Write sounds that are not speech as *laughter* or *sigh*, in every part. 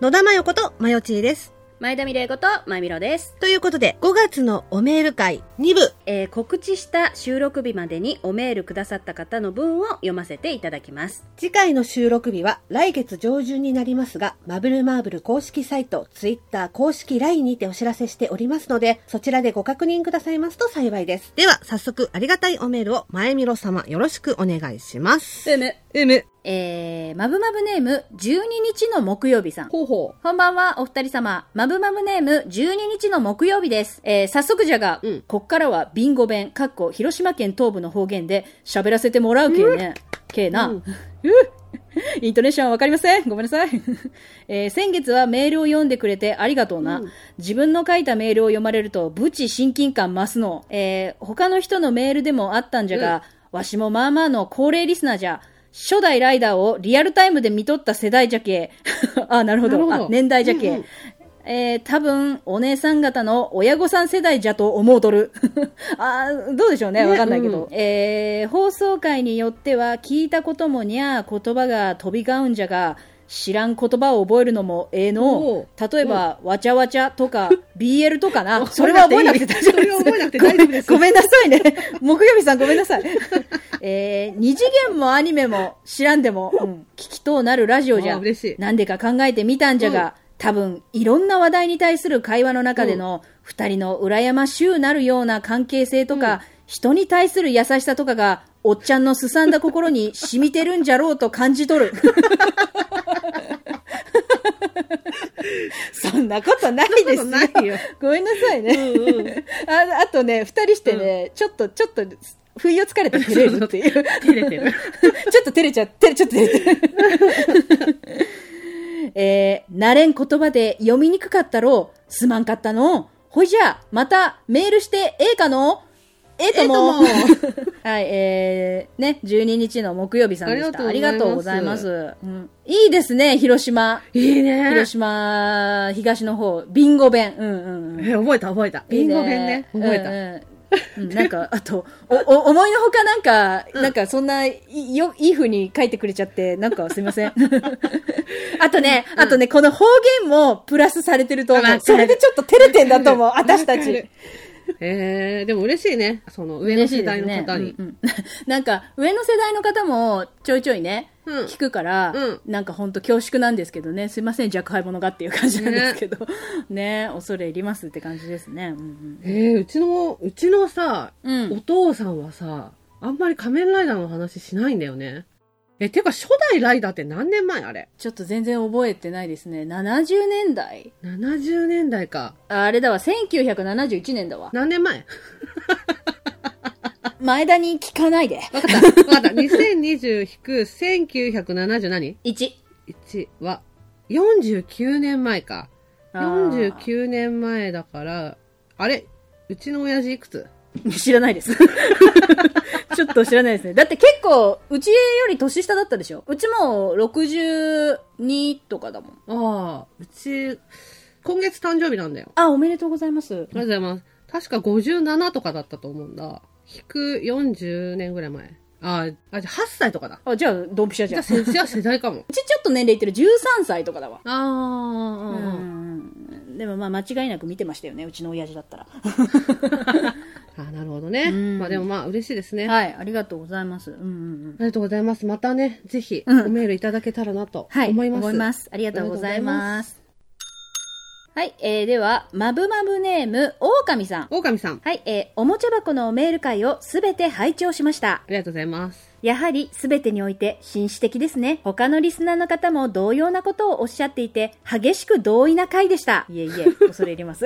野田真代ことまよちーです。前田美玲子とまみろです、ということで、5月のおメール会2部。えー告知した収録日までにおメールくださった方の文を読ませていただきます次回の収録日は来月上旬になりますが、マブルマーブル公式サイト、ツイッター公式 LINE にてお知らせしておりますので、そちらでご確認くださいますと幸いです。では、早速ありがたいおメールを前みろ様よろしくお願いします。うむうむ。えー、マブマブネーム12日の木曜日さんほうほこんばんは、お二人様。マブマブネーム、12日の木曜日です。えー、早速じゃが、うんこっからはビンゴ弁、かっこ、広島県東部の方言で喋らせてもらうけえね。けえな。う *laughs* うんんイントネーションはわかりません。ごめんなさい。 *laughs* えー、先月はメールを読んでくれてありがとうな。うん自分の書いたメールを読まれると、無知親近感増すの。えー、他の人のメールでもあったんじゃが、わしもまあまあの高齢リスナーじゃ。初代ライダーをリアルタイムで見とった世代じゃけ。 *laughs* あ、なるほど。なるほどあ年代じゃけ。うんうんえー、多分、お姉さん方の親御さん世代じゃと思うとる。 *laughs* あーどうでしょうね。ねわかんないけど。うえー放送回によっては、聞いたこともにゃー言葉が飛び交うんじゃが、知らん言葉を覚えるのもええのお。例えば、わちゃわちゃ *laughs* とか、BL とかな。覚えなくていいそれは覚えなくてそれ大丈夫です。は覚えなくて大丈夫ですごめんごめんなさいね。木曜日さんごめん *laughs* なさい。えー、二次元もアニメも知らんでも、うん、聞きとうなるラジオじあゃー。嬉しいなんでか考えてみたんじゃが、多分、いろんな話題に対する会話の中での、二人の羨ましゅうなるような関係性とか、人に対する優しさとかが、おっちゃんのすさんだ心に染みてるんじゃろうと感じ *laughs* 取る。そんなことないですよ。そんなことないよごめんなさいね。うんうんああとね、二人してね、ちょっと、ちょっと、不意をつかれて照れ *laughs* るっていう。照れてる *laughs* ちょっと照れちゃって、ちょっと照れてる。 *laughs* えー、慣れん言葉で読みにくかったろう。すまんかったの。ほいじゃあ、またメールしてええかのええとも。ええ *laughs* はい、えー、ね、12日の木曜日さんでした。あありりががとうとうごござざいいまますす。うんいいですね、広島。いいね広島、東の方、ビンゴ弁。うんうんうん。え覚えた覚えた。ビンゴ弁ね。覚えた。た。うんうんなんか、あと、お、お、思いのほかなんか、なんかそんな、い、よ、いい風に書いてくれちゃって、なんかすいません。 *laughs* あとね、あとね、この方言もプラスされてると思わかうる。それでちょっと照れてんだと思う、わかる私たち。えー、でも嬉しいね。その上の世代の方に。嬉しいですねうんうんなんか、上の世代の方もちょいちょいね、うん聞くから、うんなんかほんと恐縮なんですけどね、すいません、若輩者がっていう感じなんですけど、ね恐れ入りますって感じですね。うんうんえー、うちの、うちのさ、うんお父さんはさ、あんまり仮面ライダーの話しないんだよね。え、てか初代ライダーって何年前あれちょっと全然覚えてないですね。70年代 ?70 年代か。ああれだわ、1971年だわ。何年前前田に聞かないで。 *laughs* わかった。わかった。2020-1970何1。 ?1 は、49年前か。あー49年前だから、あれうちの親父いくつ知らないです。 *laughs* ちょっと知らないですね。だって結構、うちより年下だったでしょうちも62とかだもん。ああ、うち、今月誕生日なんだよ。あ、おめでとうございますあ。りがとうございます。確か57とかだったと思うんだ。引く40年ぐらい前。あーあ、じゃあ8歳とかだ。あ、じゃあ、ドンピシャじじゃゃん。あ、う。せじゃあ世代かも *laughs* ちちょっと年齢いってる13歳とかだわ。ああ、ううん、ん。でもまあ間違いなく見てましたよね。うちの親父だったら。あーなるほどね。うんまあでもまあ嬉しいですね。あはい、ありがとうございます。うんうんうん。りがとうございます。またね、ぜひ、おうんメールいただけたらなとはい、思います。すありがとうございます。はい、えー、では、まぶまぶネーム、オオカミさん。狼さん、あはい、えー、おもちゃ箱のメール会をすべて拝聴しました。りがとうございます。 *laughs* やはりすべてにおいて紳士的ですね。他のリスナーの方も同様なことをおっしゃっていて、激しく同意な回でした。いえいえ、恐れ入ります。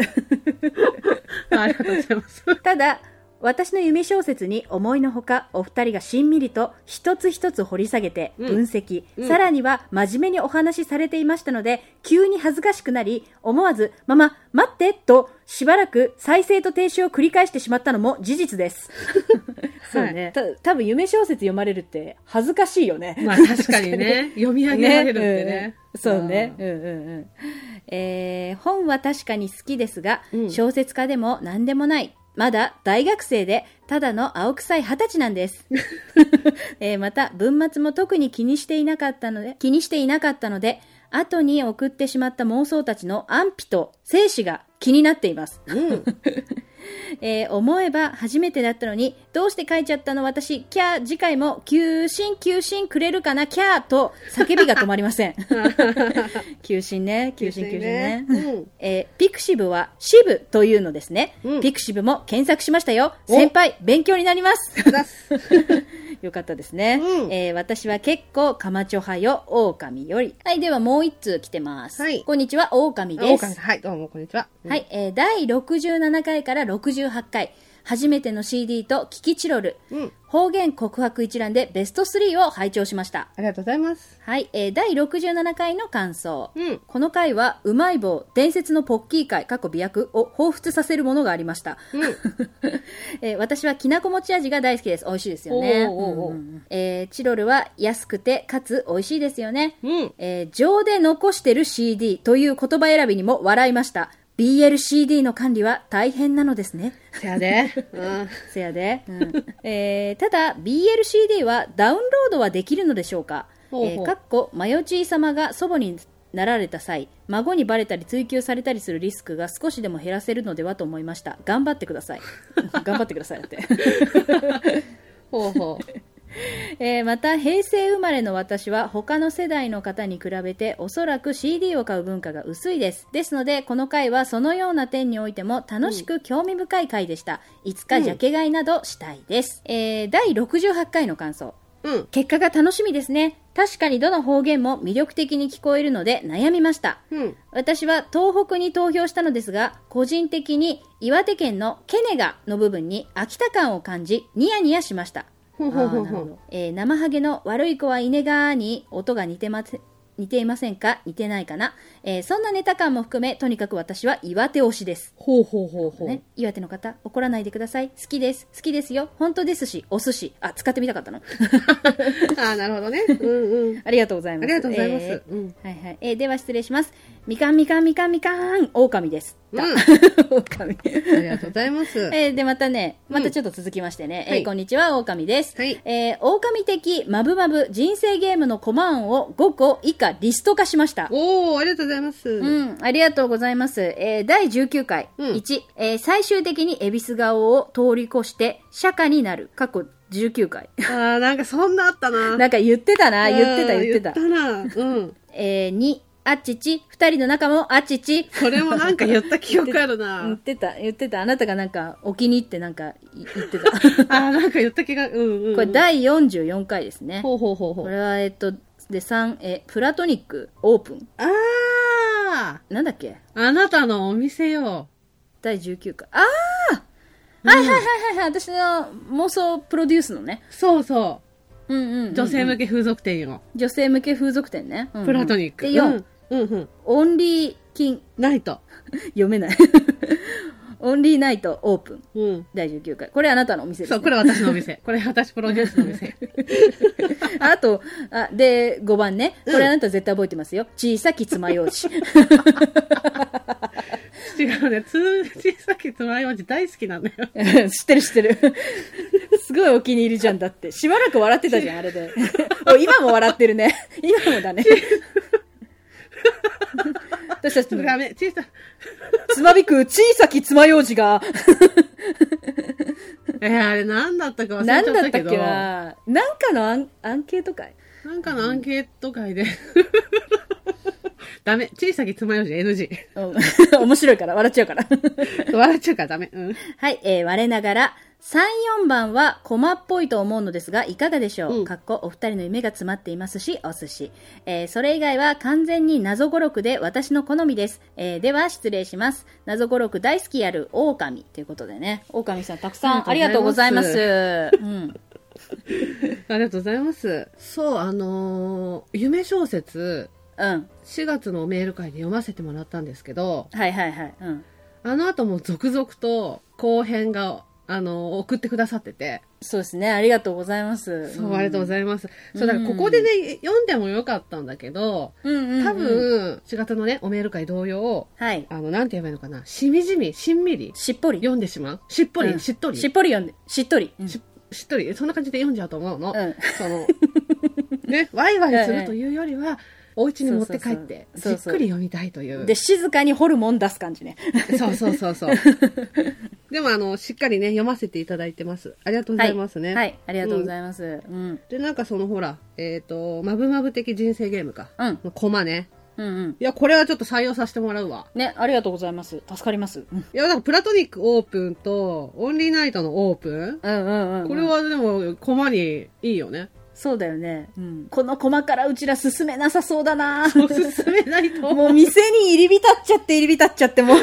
ありがとうござい *laughs* ます。ただ、私の夢小説に思いのほかお二人がしんみりと一つ一つ掘り下げてうん分析、うんさらには真面目にお話しされていましたので急に恥ずかしくなり思わず「ママ待って!」としばらく再生と停止を繰り返してしまったのも事実ですそうね、た多分夢小説読まれるって恥ずかしいよねまあ確かにね、読み上げられるってね。うんそうね。ううんんうんうん。えー本は確かに好きですが、うん小説家でも何でもない。まだ大学生で、ただの青臭い二十歳な *laughs* んです。えーまた、文末も特に気にしていなかったので、気にしていなかったので、後に送ってしまった妄想たちの安否と生死が気になっています。 *laughs* うん。えー思えば初めてだったのに、どうして書いちゃったの私、キャー、次回も、求心、求心くれるかな、キャーと叫びが止まりません。求心ね、求心、求心ね。 *laughs* うん。えーピクシブはシブというのですね、うんピクシブも検索しましたよ。お先輩、勉強になります。 *laughs* だっすよかったですね。うんえー私は結構、カマチョ派よ、狼より。はい、ではもう一通来てます。はいこんにちは、狼あオでオカミす。さんはい、どうも、こんにちは。は。い、えー第67回から68回、初めての CD とキキチロル、うん。方言告白一覧でベスト3を拝聴しました。ありがとうございます。はい、えー第67回の感想。うん。この回は、うまい棒、伝説のポッキー会、過去美薬を彷彿させるものがありました。うん。 *laughs* えー私はきなこ餅味が大好きです。美味しいですよね。おうおうおううんうんうんえーチロルは安くて、かつ美味しいですよね。うん。えー情で残してる CD という言葉選びにも笑いました。BLCD の管理は大変なのですね。せや *laughs* で。うん。せやで。 *laughs* えーただ、BLCD はダウンロードはできるのでしょうかほうほうえーかっこ、マヨチー様が祖母になられた際、孫にバレたり追及されたりするリスクが少しでも減らせるのではと思いました。頑張ってくだ *laughs* さい。頑張ってくださいだって。ほうほう。えーまた平成生まれの私は他の世代の方に比べておそらく CD を買う文化が薄いですですのでこの回はそのような点においても楽しく興味深い回でした、いつかジャケ買いなどしたいです、えー第68回の感想うん。結果が楽しみですね確かにどの方言も魅力的に聞こえるので悩みましたうん。私は東北に投票したのですが個人的に岩手県のケネガの部分に秋田感を感じニヤニヤしましたほうあほうほーうなほるほうど。えー、生ハゲの悪い子は稲がに音が似てませ似ていませんか似てないかな、えーそんなネタ感も含めとにかく私は岩手推しです、ほうほうほうほうね。、岩手の方怒らないでください好きです好きですよ本当ですしお寿司あ使ってみたかったのああ、なるほどね。うんうん。ありがとうございあますりがとうございまえーす。うん。はいはい。えーでは失礼します。みかんみかんみかんみかん、狼です。 *laughs* うん。だあ狼。りがとうございます。えーで、またね、またちょっと続きましてね、はえいーこんにちは、狼です。はいえー狼的マブマブ人生ゲームのコマンを5個以下リスト化しました。おお、ありがとうございます。う。ん、ありがとうございます。えー第19回、うん1、えー最終的に恵比寿顔を通り越して、釈迦になる。過去19回。ああ、なんかそんなあったな。なんか言ってたな、言ってた、うん言ってた。言ったな。うん。えー2、あっちち、二人の仲もあっちち。それもなんか言った記憶ある言っ *laughs* な。てた、言ってた。あなたがなんか、お気に入ってなんかい言ってた。ああ、なんか言った気が、うんうん。これ第44回ですね。ほうほうほうほこう。れは、えっと、で、3、え、プラトニックオープン。ああ、なんだっけあなたのお店よ。第19回。ああはいはいはいはいはい。私の妄想プロデュースのね。そうそうんうんうんうん、う。女性向け風俗店よ。女性向け風俗店ね。うんうんプラトニック。で、4、うんうんうん。オンリーキン、ナイト。 *laughs* 読めない。オンリーナイトオープン。うん。第19回。これあなたのお店です、そね。う、これ私のお店。これ私プロデュースのお *laughs* 店。 *laughs* あと、あ、で、5番ね。これあなた絶対覚えてますよ。小さき爪楊枝。 *laughs* 違うね。通じさっきつまようじ大好きなんだよ。知ってる知ってる。 *laughs* すごいお気に入りじゃんだって。しばらく笑ってたじゃん、あ *laughs* れで。お今も笑ってるね。今もだね。私たちのダメ。小さい。つまびく小さき爪楊枝が、えー、あれ何だったか忘れちゃなんだっったたっけど。けななんかのアンアンケート会なんかのアンケート会で。 *laughs* ダメ。小さきつまようじ NG。うん *laughs* 面白いから、笑っちゃうから。笑っちゃうからダメ。うん。はい、えー、我ながら、3、4番はコマっぽいと思うのですが、いかがでしょう、うんかっこお二人の夢が詰まっていますし、お寿司。えー、それ以外は完全に謎語録で私の好みです。えー、では、失礼します。謎語録大好きやる狼ということでね。狼さん、たくさんあありりががととううごござざいいま。ますすうん。ありがとうございます。そう、あのー夢小説、うん。 4月のメール会で読ませてもらったんですけど、はいはいはい。うん。あの後も続々と後編が、あのー送ってくださってて、そうですね。ありがとうございます。そう、ありがとうごいざいます。うんそう、だからここでね、読んでもよかったんだけど、ます。うんうん、うん。多、分、4月のね、おメール会同様、はい。あの、なんて言えばいいのかな、しみじみ、しんみり、しっぽり。読んでしまう。しっぽり、うんしっとり。しっぽり読んで、しっとり。うんししっとり。そんな感じで読んじゃうと思うの。うんその、 *laughs* ね、ワイワイするというよりは、お家に持って帰って、じそうそうっそうくり読みたいという。で、静かにホルモン出す感じね。そうそうそう *laughs* そう。でも、あの、しっかりね、読ませていただいてます。ありがとうございますね。はい。ありがとうございます。うん。で、なんかそのほら、えっ、と、まぶまぶ的人生ゲームか。うん。コマね。うんうん。いや、これはちょっと採用させてもらうわ。ね、ありがとうございます。助かります。うんいや、なんかプラトニックオープンと、オンリーナイトのオープンうんうんうん。これはでも、コマにいいよね。そうだよね。うん。この駒からうちら進めなさそうだなおすすめない *laughs* と。もう店に入り浸っちゃって入り浸っちゃってもう。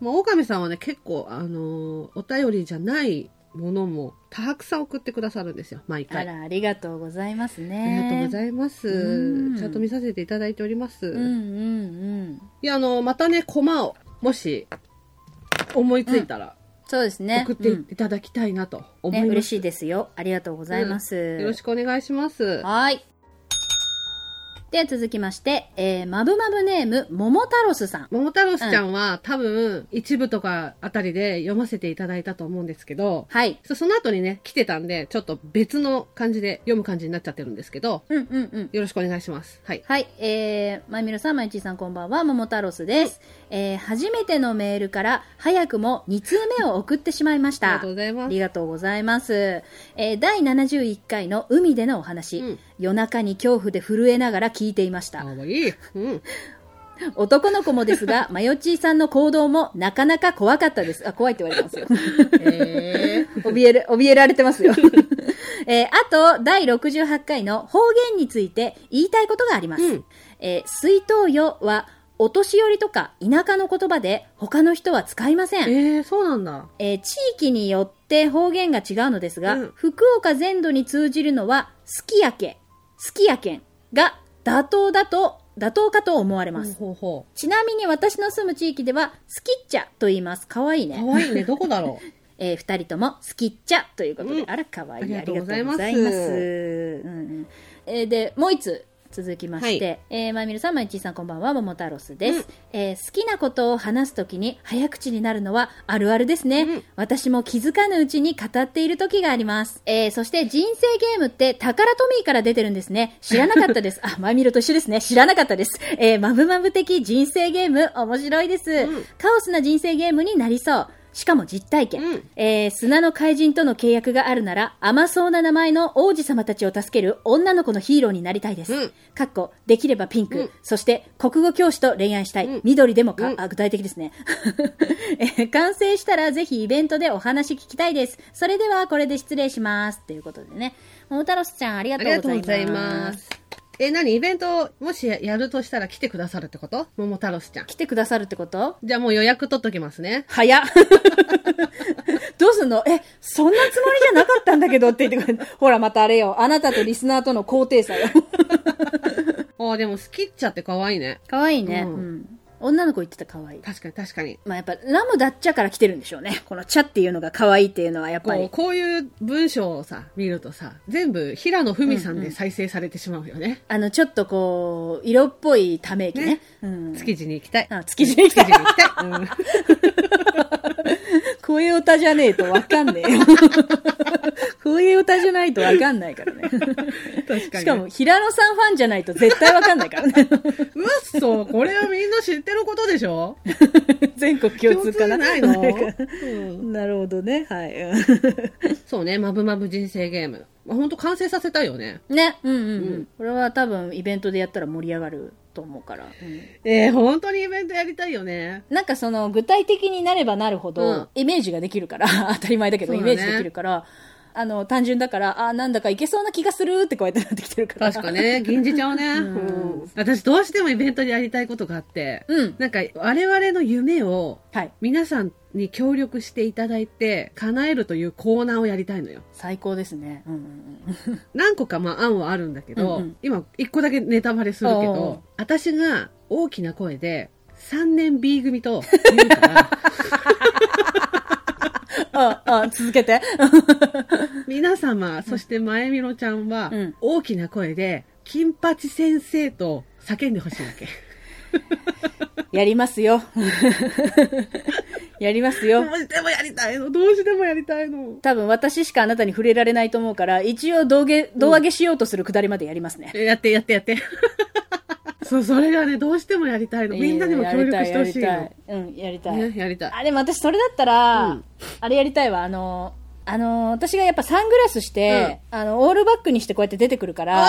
まあ、オさんはね、結構、あのーお便りじゃないものも、たくさん送ってくださるんですよ、毎あ回。あら、ありがとうございますりね。がとうございます。うんちゃんと見させていただいております。うんうんうん。いや、あのーまたね、コマを、もし、思いついたら、そうですね。送ってうんいただきたいなと思いまね、す。嬉しいですよ。ありがとうございます。よろしくお願いします。あはい。では続きまして、えー、まぶまぶネーム、ももたろすさん。桃太郎ちゃんは、多分、一部とかあたりで読ませていただいたと思うんですけど、はい。そその後にね、来てたんで、ちょっと別の感じで読む感じになっちゃってるんですけど、うんうんうん。よろしくお願いします。はい。はい、えー、まみろさん、まゆちーさん、こんばんは、ももたろすです。えー、初めてのメールから、早くも2通目を送ってしまいましありがた。とうございあますり。がとうございます。えー第71回の海でのお話、うん夜中に恐怖で震えながら聞いていましたか。わいい。うん。男の子もです *laughs* が、マヨチーさんの行動もなかなか怖かったです。あ、怖いって言われて *laughs* ますよ。え怯える、怯えられて *laughs* ますよ。えーあと、第68回の方言について言いたいことがあります。うんえー水筒よは、お年寄りとか田舎の言葉で他の人は使いません。えー、そうなんだ。えー地域によって方言が違うのですが、うん福岡全土に通じるのは、すきやけ、すきやけんが妥当だと、妥当かと思われほまうす。ほうほ。ちなみに私の住む地域では、すきっちゃと言います。かわいいうねか。わいいね。どこだろう。えー、二人とも好きっちゃということで、うんあらかわいいありがとうございますありがとうございますうんうんえーでもう一つ続きまして、えーまみるさんまいちーさんこんばんはももたろすです、うんえー好きなことを話すときに早口になるのはあるあるですね、うん私も気づかぬうちに語っている時があります、えーそして人生ゲームってタカラトミーから出てるんですね知らなかったです *laughs* あまみると一緒ですね知らなかったですえーまぶまぶ的人生ゲーム面白いです、うんカオスな人生ゲームになりそうしかも実体験、うんえー砂の怪人との契約があるなら甘そうな名前の王子様たちを助ける女の子のヒーローになりたいです、うんかっこできればピンク、うんそして国語教師と恋愛したい、うん緑でもか、うんあ具体的ですね、 *laughs* えー完成したらぜひイベントでお話聞きたいですそれではこれで失礼しますということでね桃太郎ちゃんありが *laughs* あとりうがごとざういございまますす。え、何イベント、もしやるとしたら来てくださるってこと桃太郎ちゃん。来てくださるってことじゃあもう予約取っときますね。早っ *laughs* どうすんのえ、そんなつもりじゃなかったんだけどって言ってくれるほら、またあれよ。あなたとリスナーとの高低差よ。ああ、でも好きっちゃって可愛いね。可愛いね、うんうん女の子言ってた可愛い。確かに確かに。まあやっぱ、ラムダッチャから来てるんでしょうね。このチャっていうのが可愛いっていうのはやっぱこうり。こういう文章をさ、見るとさ、全部平野文さんで再生されてしまうよね。あの、ちょっとこう、色っぽいため息ね。ねうん。築地に行きたい。あ築地に行きたい築地に行きたい。 *laughs* うん声歌じゃねえとわかんねえ *laughs* よ。声歌じゃないとわかんないからね。確かに。しかも、、平野さんファンじゃないと絶対わかんないからね。うっそ、これはみんな知ってることでしょ *laughs* 全国共通か *laughs* な。共ないの、なるほどね。はい。そうね、まぶまぶ人生ゲーム。まあ、ほんと完成させたいよね。 *laughs* ね。うんうんうん。これは多分イベントでやったら盛り上がると思うから。えー、本当にイベントやりたいよね。なんかその具体的になればなるほど、うんイメージができるから、 *laughs* 当たり前だけど、そうイだねメージできるから、あの、単純だから、あーなんだかいけそうな気がするってこうやってなってきてるから。確か。ね、 *laughs* 銀じちゃうね、んうん私どうしてもイベントでやりたいことがあって、 *laughs* うん。なんか我々の夢をはい。皆さんに協力していただいて叶えるというコーナーをやりたいのよ。最高ですね。うんうんうん。何個かまあ案はあるんだけど、うんうん今一個だけネタバレするけおうおうど、私が大きな声で3年 B 組と言うから、 *laughs* ああ、続け *laughs* て。皆様、そして前みろちゃんは、うん大きな声で、金八先生と叫んでほしいわ *laughs* け。やりますよ。 *laughs* やりますどよ。うしてもやりたいの、どうしてもやりたいの。多分私しかあなたに触れられないと思うから、一応胴上げ、胴上げしようとするくだりまでやりますね。えやってやってやって。 *laughs* そう、それがね、どうしてもやりたいの。みんなにも協力してほしいやりの。たい。うん、やりたい。ね、やりたい。あ、でも私それだったら、うんあれやりたいわ、あの、あの、私がやっぱサングラスして、あの、オールバックにしてこうやって出てくるから、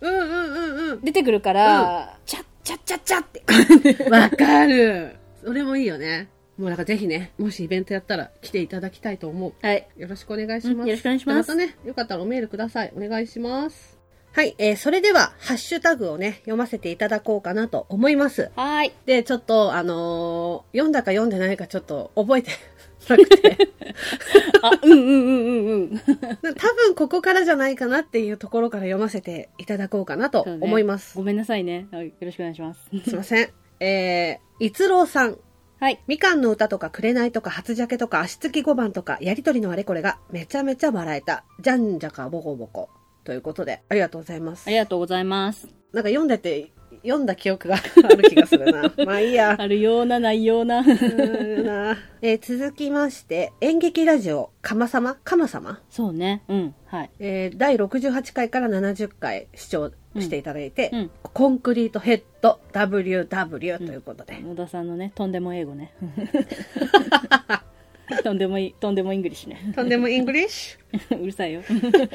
うんうんうんうん。出てくるから、チャッチャッチャッチャッっ *laughs* て。 *laughs* わかる。それもいいよね。もうだからぜひね、もしイベントやったら来ていただきたいと思う。はい。よろしくお願いします。うんよろしくお願いしますまたね、よかったらおメールください。お願いします。はい、えーそれでは、ハッシュタグをね、読ませていただこうかなと思います。はい。で、ちょっと、あのー読んだか読んでないかちょっと覚えて *laughs* なくて、 *laughs* あ、うんうんうんうんうん。多分ここからじゃないかなっていうところから読ませていただこうかな *laughs* とそうね思います。ごめんなさいね。はい、よろしくお願いします。すいません。えー、逸郎さん。はい。みかんの歌とか、紅とか、初ジャケとか、足つき5番とか、やりとりのあれこれが、めちゃめちゃ笑えた。じゃんじゃかぼこぼこ。ということで、ありがとうございますあ。りがとうございます。なんか読んでて、読んだ記憶がある気がするな。 *laughs* まあいいや。あるような、ないような。 *laughs* うーんなえー続きまして、演劇ラジオ、かまさまかまさまそうね。うん。はい。えー第68回から70回視聴していただいて、うんうんコンクリートヘッド WW ということで、野田さんのね、とんでも英語ね。 *laughs* とんでもいい、とんでもイングリッシュね。 *laughs* とんでもイングリッシうるさ *laughs* いよ。ュ、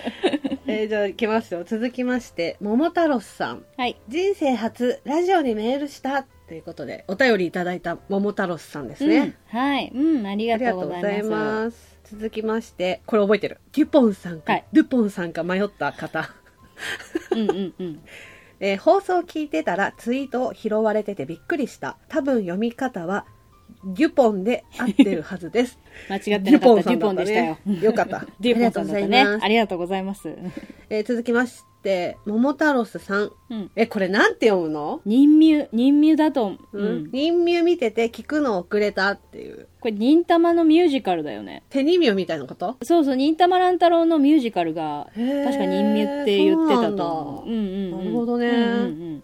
えーじゃあいきますよ続きまして桃太郎さんはい。人生初ラジオにメールしたということでお便りいただいた桃太郎さんですね、うん。はい。うん、ありあがりとがうとうごござざいいまます。す続きましてこれ覚えてるデュポンさんか、はいデュポンさんか迷った方うんうんうん。えー放送を聞いてたらツイートを拾われててびっくりした。多分読み方は、デュポンで合ってるはず *laughs* です。間違ってなかった。デデュュポポンンでさんだったねしたよ。よか *laughs* ったデュポンさんだったねありがとうござい。ますありがとうございます。えー続きまして、桃太郎さん。うん。え、これなんて読むの人ミ人ミだと、ううんん。。人ミュ見てて聞くの遅れたっていう。これ、忍たまのミュージカルだよね。手にみみたいなこと *laughs* そうそう、忍たま乱太郎のミュージカルが、へー確か忍ミュって言ってたと思そう。うなんだんうんうん。なるほどねうんうんうん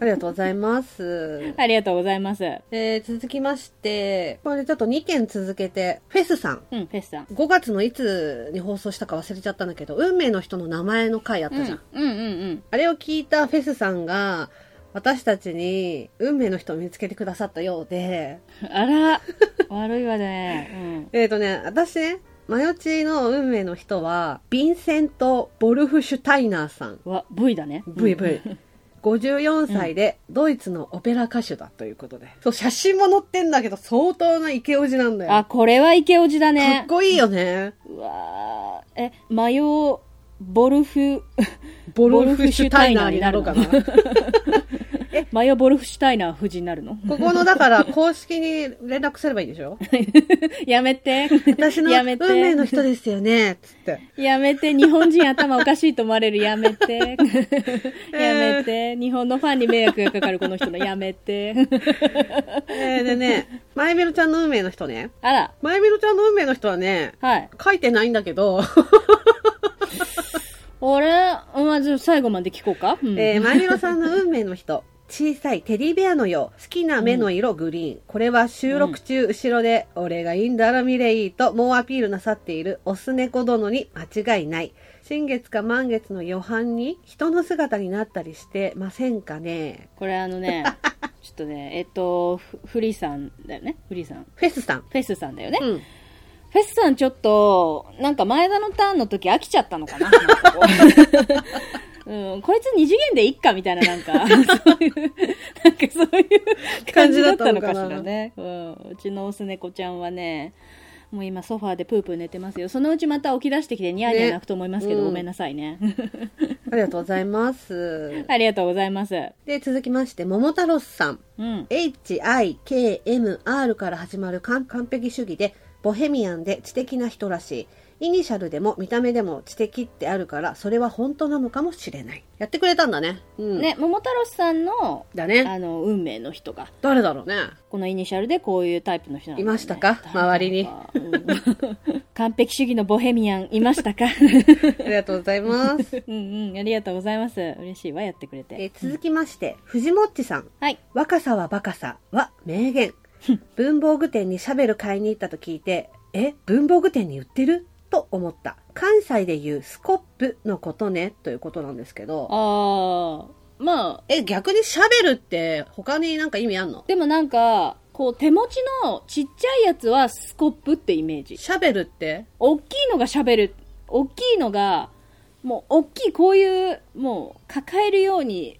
ありがとうございます。ありがとうございます。えー続きまして、これちょっと2件続けて、フェスさん。うん、フェスさん。 5月のいつに放送したか忘れちゃったんだけど、運命の人の名前の回あったじゃん。うんうんうん。あれを聞いたフェスさんが、私たちに運命の人を見つけてくださったようで、*laughs* あら、悪いわね。えっ、ー、とね、私ね、マヨチの運命の人は、ヴィンセント・ボルフシュタイナーさん、うん。わ、V だね。 VV。54歳で、ドイツのオペラ歌手だということで。そう、写真も載ってんだけど、相当なイケオジなんだよ。あ、これはイケオジだかねっ。こいいよね。うわーえ、マヨ、ボルフ、ボルフシュタイナーになろうかな。 *laughs* マヨボルフシュタイナー夫人になるの *laughs* ここの、だから、公式に連絡すればいいんでし *laughs* ょやめて。私のや運めて命の人ですよね、つって。やめて、日本人頭おかしいと思われる。やめ *laughs* て。やめて。日本のファンに迷惑がかかるこの人の。やめて。えー、で *laughs* ね、まゆみろちゃんの運命の人ね。あら、まゆみろちゃんの運命の人はね、はい。書いてないんだけど、俺、まず最後まで聞こうか。うんえー、まゆみろさんの運命の人。小さいテディベアのよう。好きな目の色グリーン。これは収録中、後ろで、俺がいいんだらミレイと猛アピールなさっているオス猫殿に間違いない。新月か満月の余半に人の姿になったりしてませんかねこれあの *laughs* ね、ちょっとね、えっと、フフリーさんだよね。フリーさん。フェスさん。フェスさんだよね。うん。フェスさんちょっと、なんか前田のターンの時飽きちゃったの *laughs* かななんかこううん、こいつ二次元でいっかみたいな、なん *laughs* か、そういう、なんかそういう感じだったのかしらね。うん、うちのオス猫ちゃんはね、もう今ソファーでプープー寝てますよ。そのうちまた起き出してきてニヤニヤ泣くと思いますけど、ねうんごめんなさいね。 *laughs* ありがとうございます。ありがとうございます。で、続きまして、桃太郎さん。うん。 HIKMR から始まる完完璧主義で、ボヘミアンで知的な人らしい。イニシャルでも見た目でも知的ってあるから、それは本当なのかもしれない。やってくれたんだね。うん。ね、桃太郎さんの、だね。あの、運命の人が、誰だろう *laughs* ね。このイニシャルでこういうタイプの人なんだよねいましたか周りに。誰だろうかうん完璧主義のボヘミアン、いました *laughs* かありがとうございます。うんうん、ありがとうございます。嬉しいわ、やってくれ *laughs* えて。続きまして、藤もっちさん。はい。若さはバカさは名 *laughs* 言。文房具店にシャベル買いに行ったと聞いて、え、文房具店に売ってると思った。関西で言うスコップのことね、ということなんですけあど。ー、まあ、え、逆にシャベルって他になんか意味あんのでもなんか、こう手持ちのちっちゃいやつはスコップってイメージ。シャベルって大きいのが喋る、大きいのが、もう大きいこういう、もう抱えるように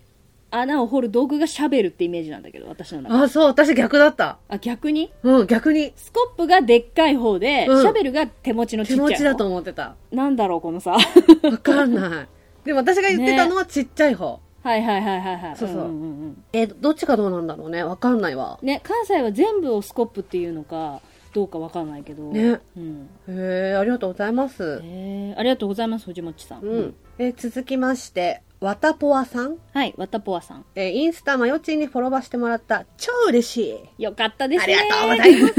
穴を掘る道具が喋るってイメージなんだけど、私の中で。あ、そう、私逆だった。あ、逆にうん、逆に。スコップがでっかい方で、うんシャベルが手持ちのちっ手ちゃい方。持ちだと思ってた。なんだろう、このさ。 *laughs* わかんない。でも私が言ってたのはちっちゃい方。はいはいはいはいはい。そうそうんんんえ、どっちかどうなんだろうね。わかんないわ。ね、関西は全部をスコップっていうのか、どうかわかんないけど。ね。うん。へえ、ありがとうございます。えー、ありがとうございます、藤ちさん。うん。え、続きまして、わたぽわさん。はい、わたぽわさん。えーインスタマヨチンにフォロバしてもらった超嬉しい。よかったですあね。りがとうございます。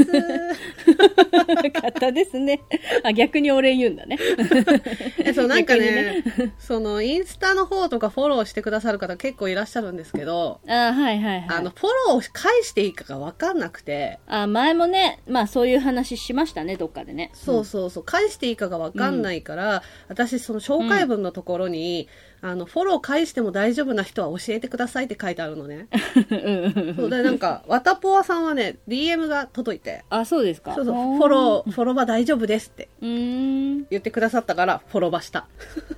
*laughs* よかったですね。あ、逆にお礼言うん *laughs* だね。えそうなんかね逆そのインスタの方とかフォローしてくださる方結構いらっしゃるんですけど、あはいはいあはのい。フォローを返していいかが分かんなくてあ前もね、まあそういう話しましたね、どっかでね。 *laughs* そうそうそう、返していいかが分かんないから、私その紹介文のところに、あのフォロー返しても大丈夫な人は教えてくださいって書いてあるのねそうでなんかわたぽわさんはね DM が届いてあ、そうですか。そうそうおフォローフォロバ大丈夫ですってうーん。言ってくださったからフォロバした、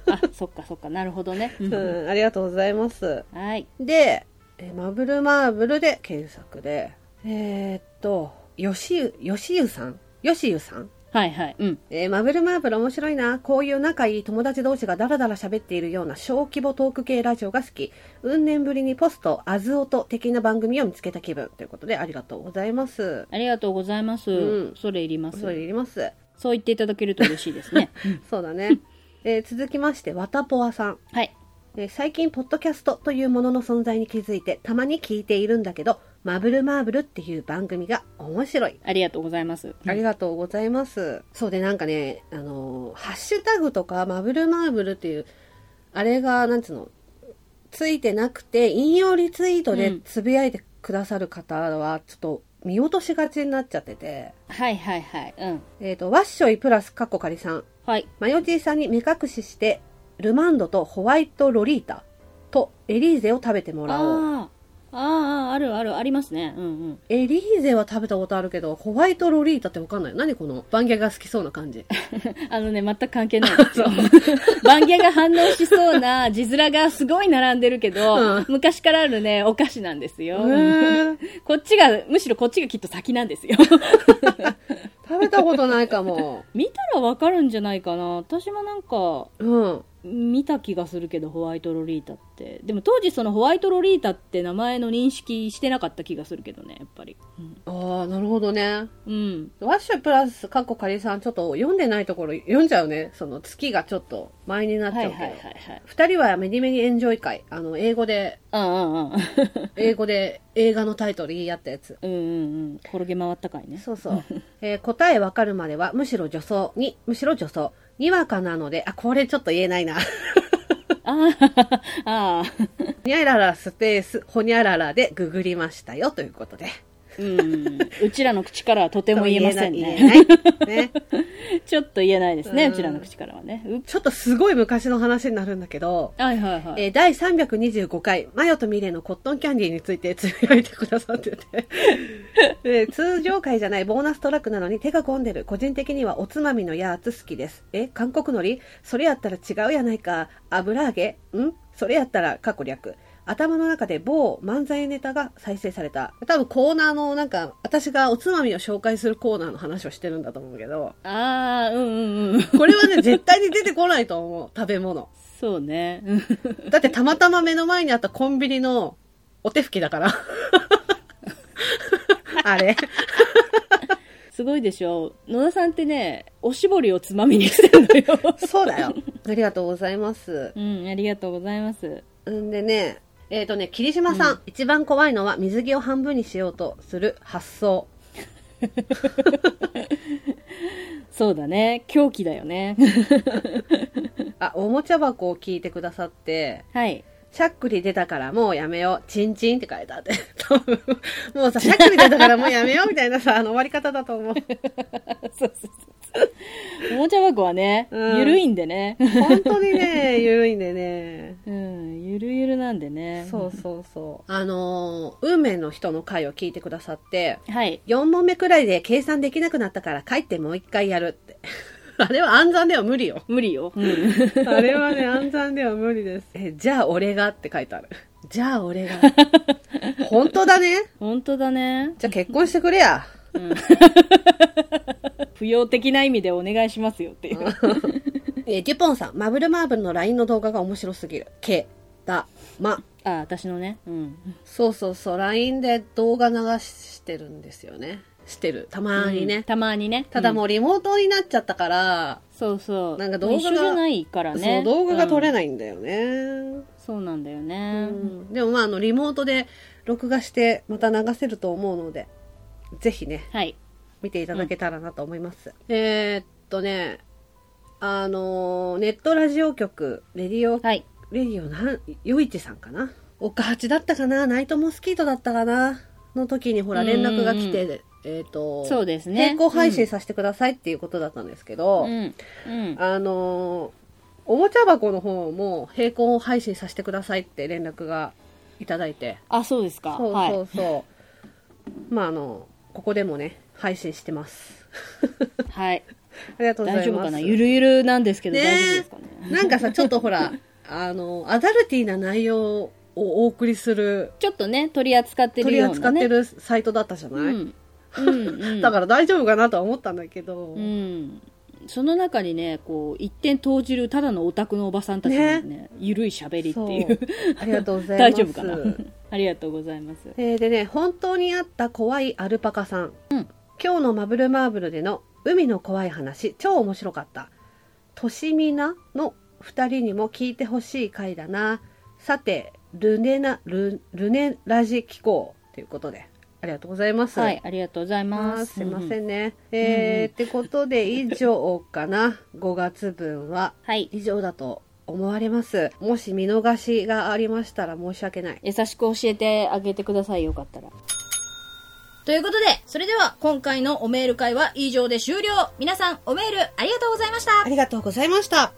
あ、そっかそっか、なるほどね。うん、ありがとうございます。はい。で、えーマブルマーブルで検索で、えーっと、よしゆ、よしゆさんよしゆさんはいはい。うん。えーマブルマーブル面白いな。こういう仲いい友達同士がダラダラ喋っているような小規模トーク系ラジオが好き。うん年ぶりにポスト、あずおと的な番組を見つけた気分。ということで、ありがとうございます。ありがとうございます。うんそれいります。恐れ入ります。そう言っていただけると嬉しいです *laughs* ね。そうだね。えー続きまして、わたぽわさん。はい。えー最近、ポッドキャストというものの存在に気づいて、たまに聞いているんだけど、マブルマーブルっていう番組が面白い。ありがとうございます。ありがとうございます。そうで、なんかね、あのー、ハッシュタグとか、マブルマーブルっていう、あれが、なんつうの、ついてなくて、引用リツイートうでんつぶやいてくださる方は、ちょっと見落としがちになっちゃってて、はいはいはい。うん。えっ、と、ワッショイプラス、カッコカリさん、はい。マヨチーさんに目隠しして、ルマンドとホワイトロリータとエリーゼを食べてもらおう。ああ、ああ、あるある、ありますね。うんうん。エリーゼは食べたことあるけど、ホワイトロリータってわかんない。何この番ギャが好きそうな感 *laughs* じ。あのね、全く関 *laughs* 係ないんですよ。 *laughs* バンギャが反応しそうな字面がすごい並んでるけど、うん昔からあるね、お菓子なんですよ。ーこっちが、むしろこっちがきっと先なんですよ。 *laughs* 食べたことないかも。見たらわかるんじゃないかな。私もなんか、 *laughs* うん。見た気がするけど、ホワイトロリータって。でも当時そのホワイトロリータって名前の認識してなかった気がするけどね、やっぱり。うん。ああ、なるほどね。うん、ワッシュプラス、カッコカリさん、ちょっと読んでないところ読んじゃうね。その月がちょっと前になっちはゃいうはいけはいど。はい。二人はメディメディエンジョイ会。あの、英語で、うんうんうん。英語で映画のタイトル言い合ったやつ。うんうんうん。転げ回ったかいね。そうそう。 *laughs* えー答えわかるまでは、むしろ女装に、むしろ女装。にわかなので、あ、これちょっと言えない *laughs* な。ああ、ああ。にゃららスペース、ほにゃららでググりましたよ、ということで。うん、うちらの口からはとても言えませんそうね。言えない言えないね。 *laughs* ちょっと言えないですね、うんうちらの口からはね。うちょっとすごい昔の話になるんだけど、はいはいはえい。ー第325回、マヨとミレイのコットンキャンディーについてつぶやいてくださって *laughs* て、えー通常回じゃないボーナストラックなのに手が込んでる。個人的にはおつまみのやつ好きです。え、韓国海苔それやったら違うやないか。油揚げんそれやったら過去略。頭の中で某漫才ネタが再生された。多分コーナーのなんか、私がおつまみを紹介するコーナーの話をしてるんだと思うけど、ああ、うんうんうん。これはね、絶対に出てこないと思う。食べ物。そうね。 *laughs* うんだってたまたま目の前にあったコンビニの *laughs* お手拭きだから。あれすすごいでしょ野田さんってねおしぼりをつまみにしてるのよそうだよ。ありがとうございます。うんありがとうございますんでね、えっ、とね、霧島さん,、一番怖いのは水着を半分にしようとする発想。そうだね狂気だよね *laughs* あ、おもちゃ箱を聞いてくださって、はいしゃっくり出たからもうやめよう。チンチンって書いてあって。 *laughs* 多分もうさ、しゃっくり出たからもうやめようみたいなさ、あの終わり方だと思う。そうそうそうおもちゃ箱はね、うんゆるいんでね *laughs* 本当に *laughs* ね、ゆるいんでね。うんゆるゆるなんでねそうそうそう。あのー運命の人の回を聞いてくださって、はい4問目くらいで計算できなくなったから帰ってもう一回やるって。 *laughs* あれは暗算では無理よ。無理よ、あれはね、暗算では無理です。 *laughs* え、じゃあ俺がって書いてある。じゃあ俺が。本当だね。 *laughs* 本当だねじゃあ結婚してくれや。不要的な意味でお願いしますよっていうえー、デュポンさん、マブルマーブルの LINE の動画が面白すぎる。け、だ、ま。あ私のねうんそうそうそう、LINE で動画流してるんですよね。してる。たまーにね。うんたまにねただもうリモートになっちゃったから、そうそう。なんか動画が一緒じゃないからね。そう、動画が撮れない。ないんだよね。そうなんだようね。んでもまあ、あの、リモートで録画して、また流せると思うので、ぜひね、はい。見ていただけたらなと思います。えーっとね、あのーネットラジオ局、レディオ、はい。レディオなん、よいちさんかな岡八だったかなナイトモスキートだったかなの時にほらうんうんう連ん絡が来て、えーっと、そうですね並行配信させてくださいっていうことだったんですけど、うん。うん。あのーおもちゃ箱の方も並行配信させてくださいって連絡がいただいて、あ、そうですか。そうはいそうそう。まあ、あの、ここでもね、配信してます。はい。ありがとうござ *laughs* 大い丈ます。夫かなゆるゆるなんですけど、ねえ大丈夫ですかね。なんかさ、ちょっとほら、 *laughs* あの、アダルティーな内容をお送りする、ちょっとね、取り扱って取るりような、扱ね。ってるサイトだったじゃない、うん。うん、 *laughs* うん。だから大丈夫かなとは思ったんだけど、うん。その中にね、こう、一点投じるただのオタクのおばさんたちのね、ゆるい喋りって *laughs* そういう。ありがとうございま *laughs* 大す。丈夫かなありがとうございます。えーでね、本当にあった怖いアルパカさん。今日のマブルマーブルでの海の怖い話、超面白かった。としみなの二人にも聞いてほしい回だな。さて、ルネナ、ル、ルネラジ機構ということで、ありがとうございます。はい、ありがとうございあまーす。すいまうせん。んね。えーってことで以上かな。5月分ははい。以上だと思われます。もし見逃しがありましたら申し訳ない。優しく教えてあげてくださいよかったらということでそれでは今回のおメール会は以上で終了皆さんおメールありがとうございましたありがとうございました。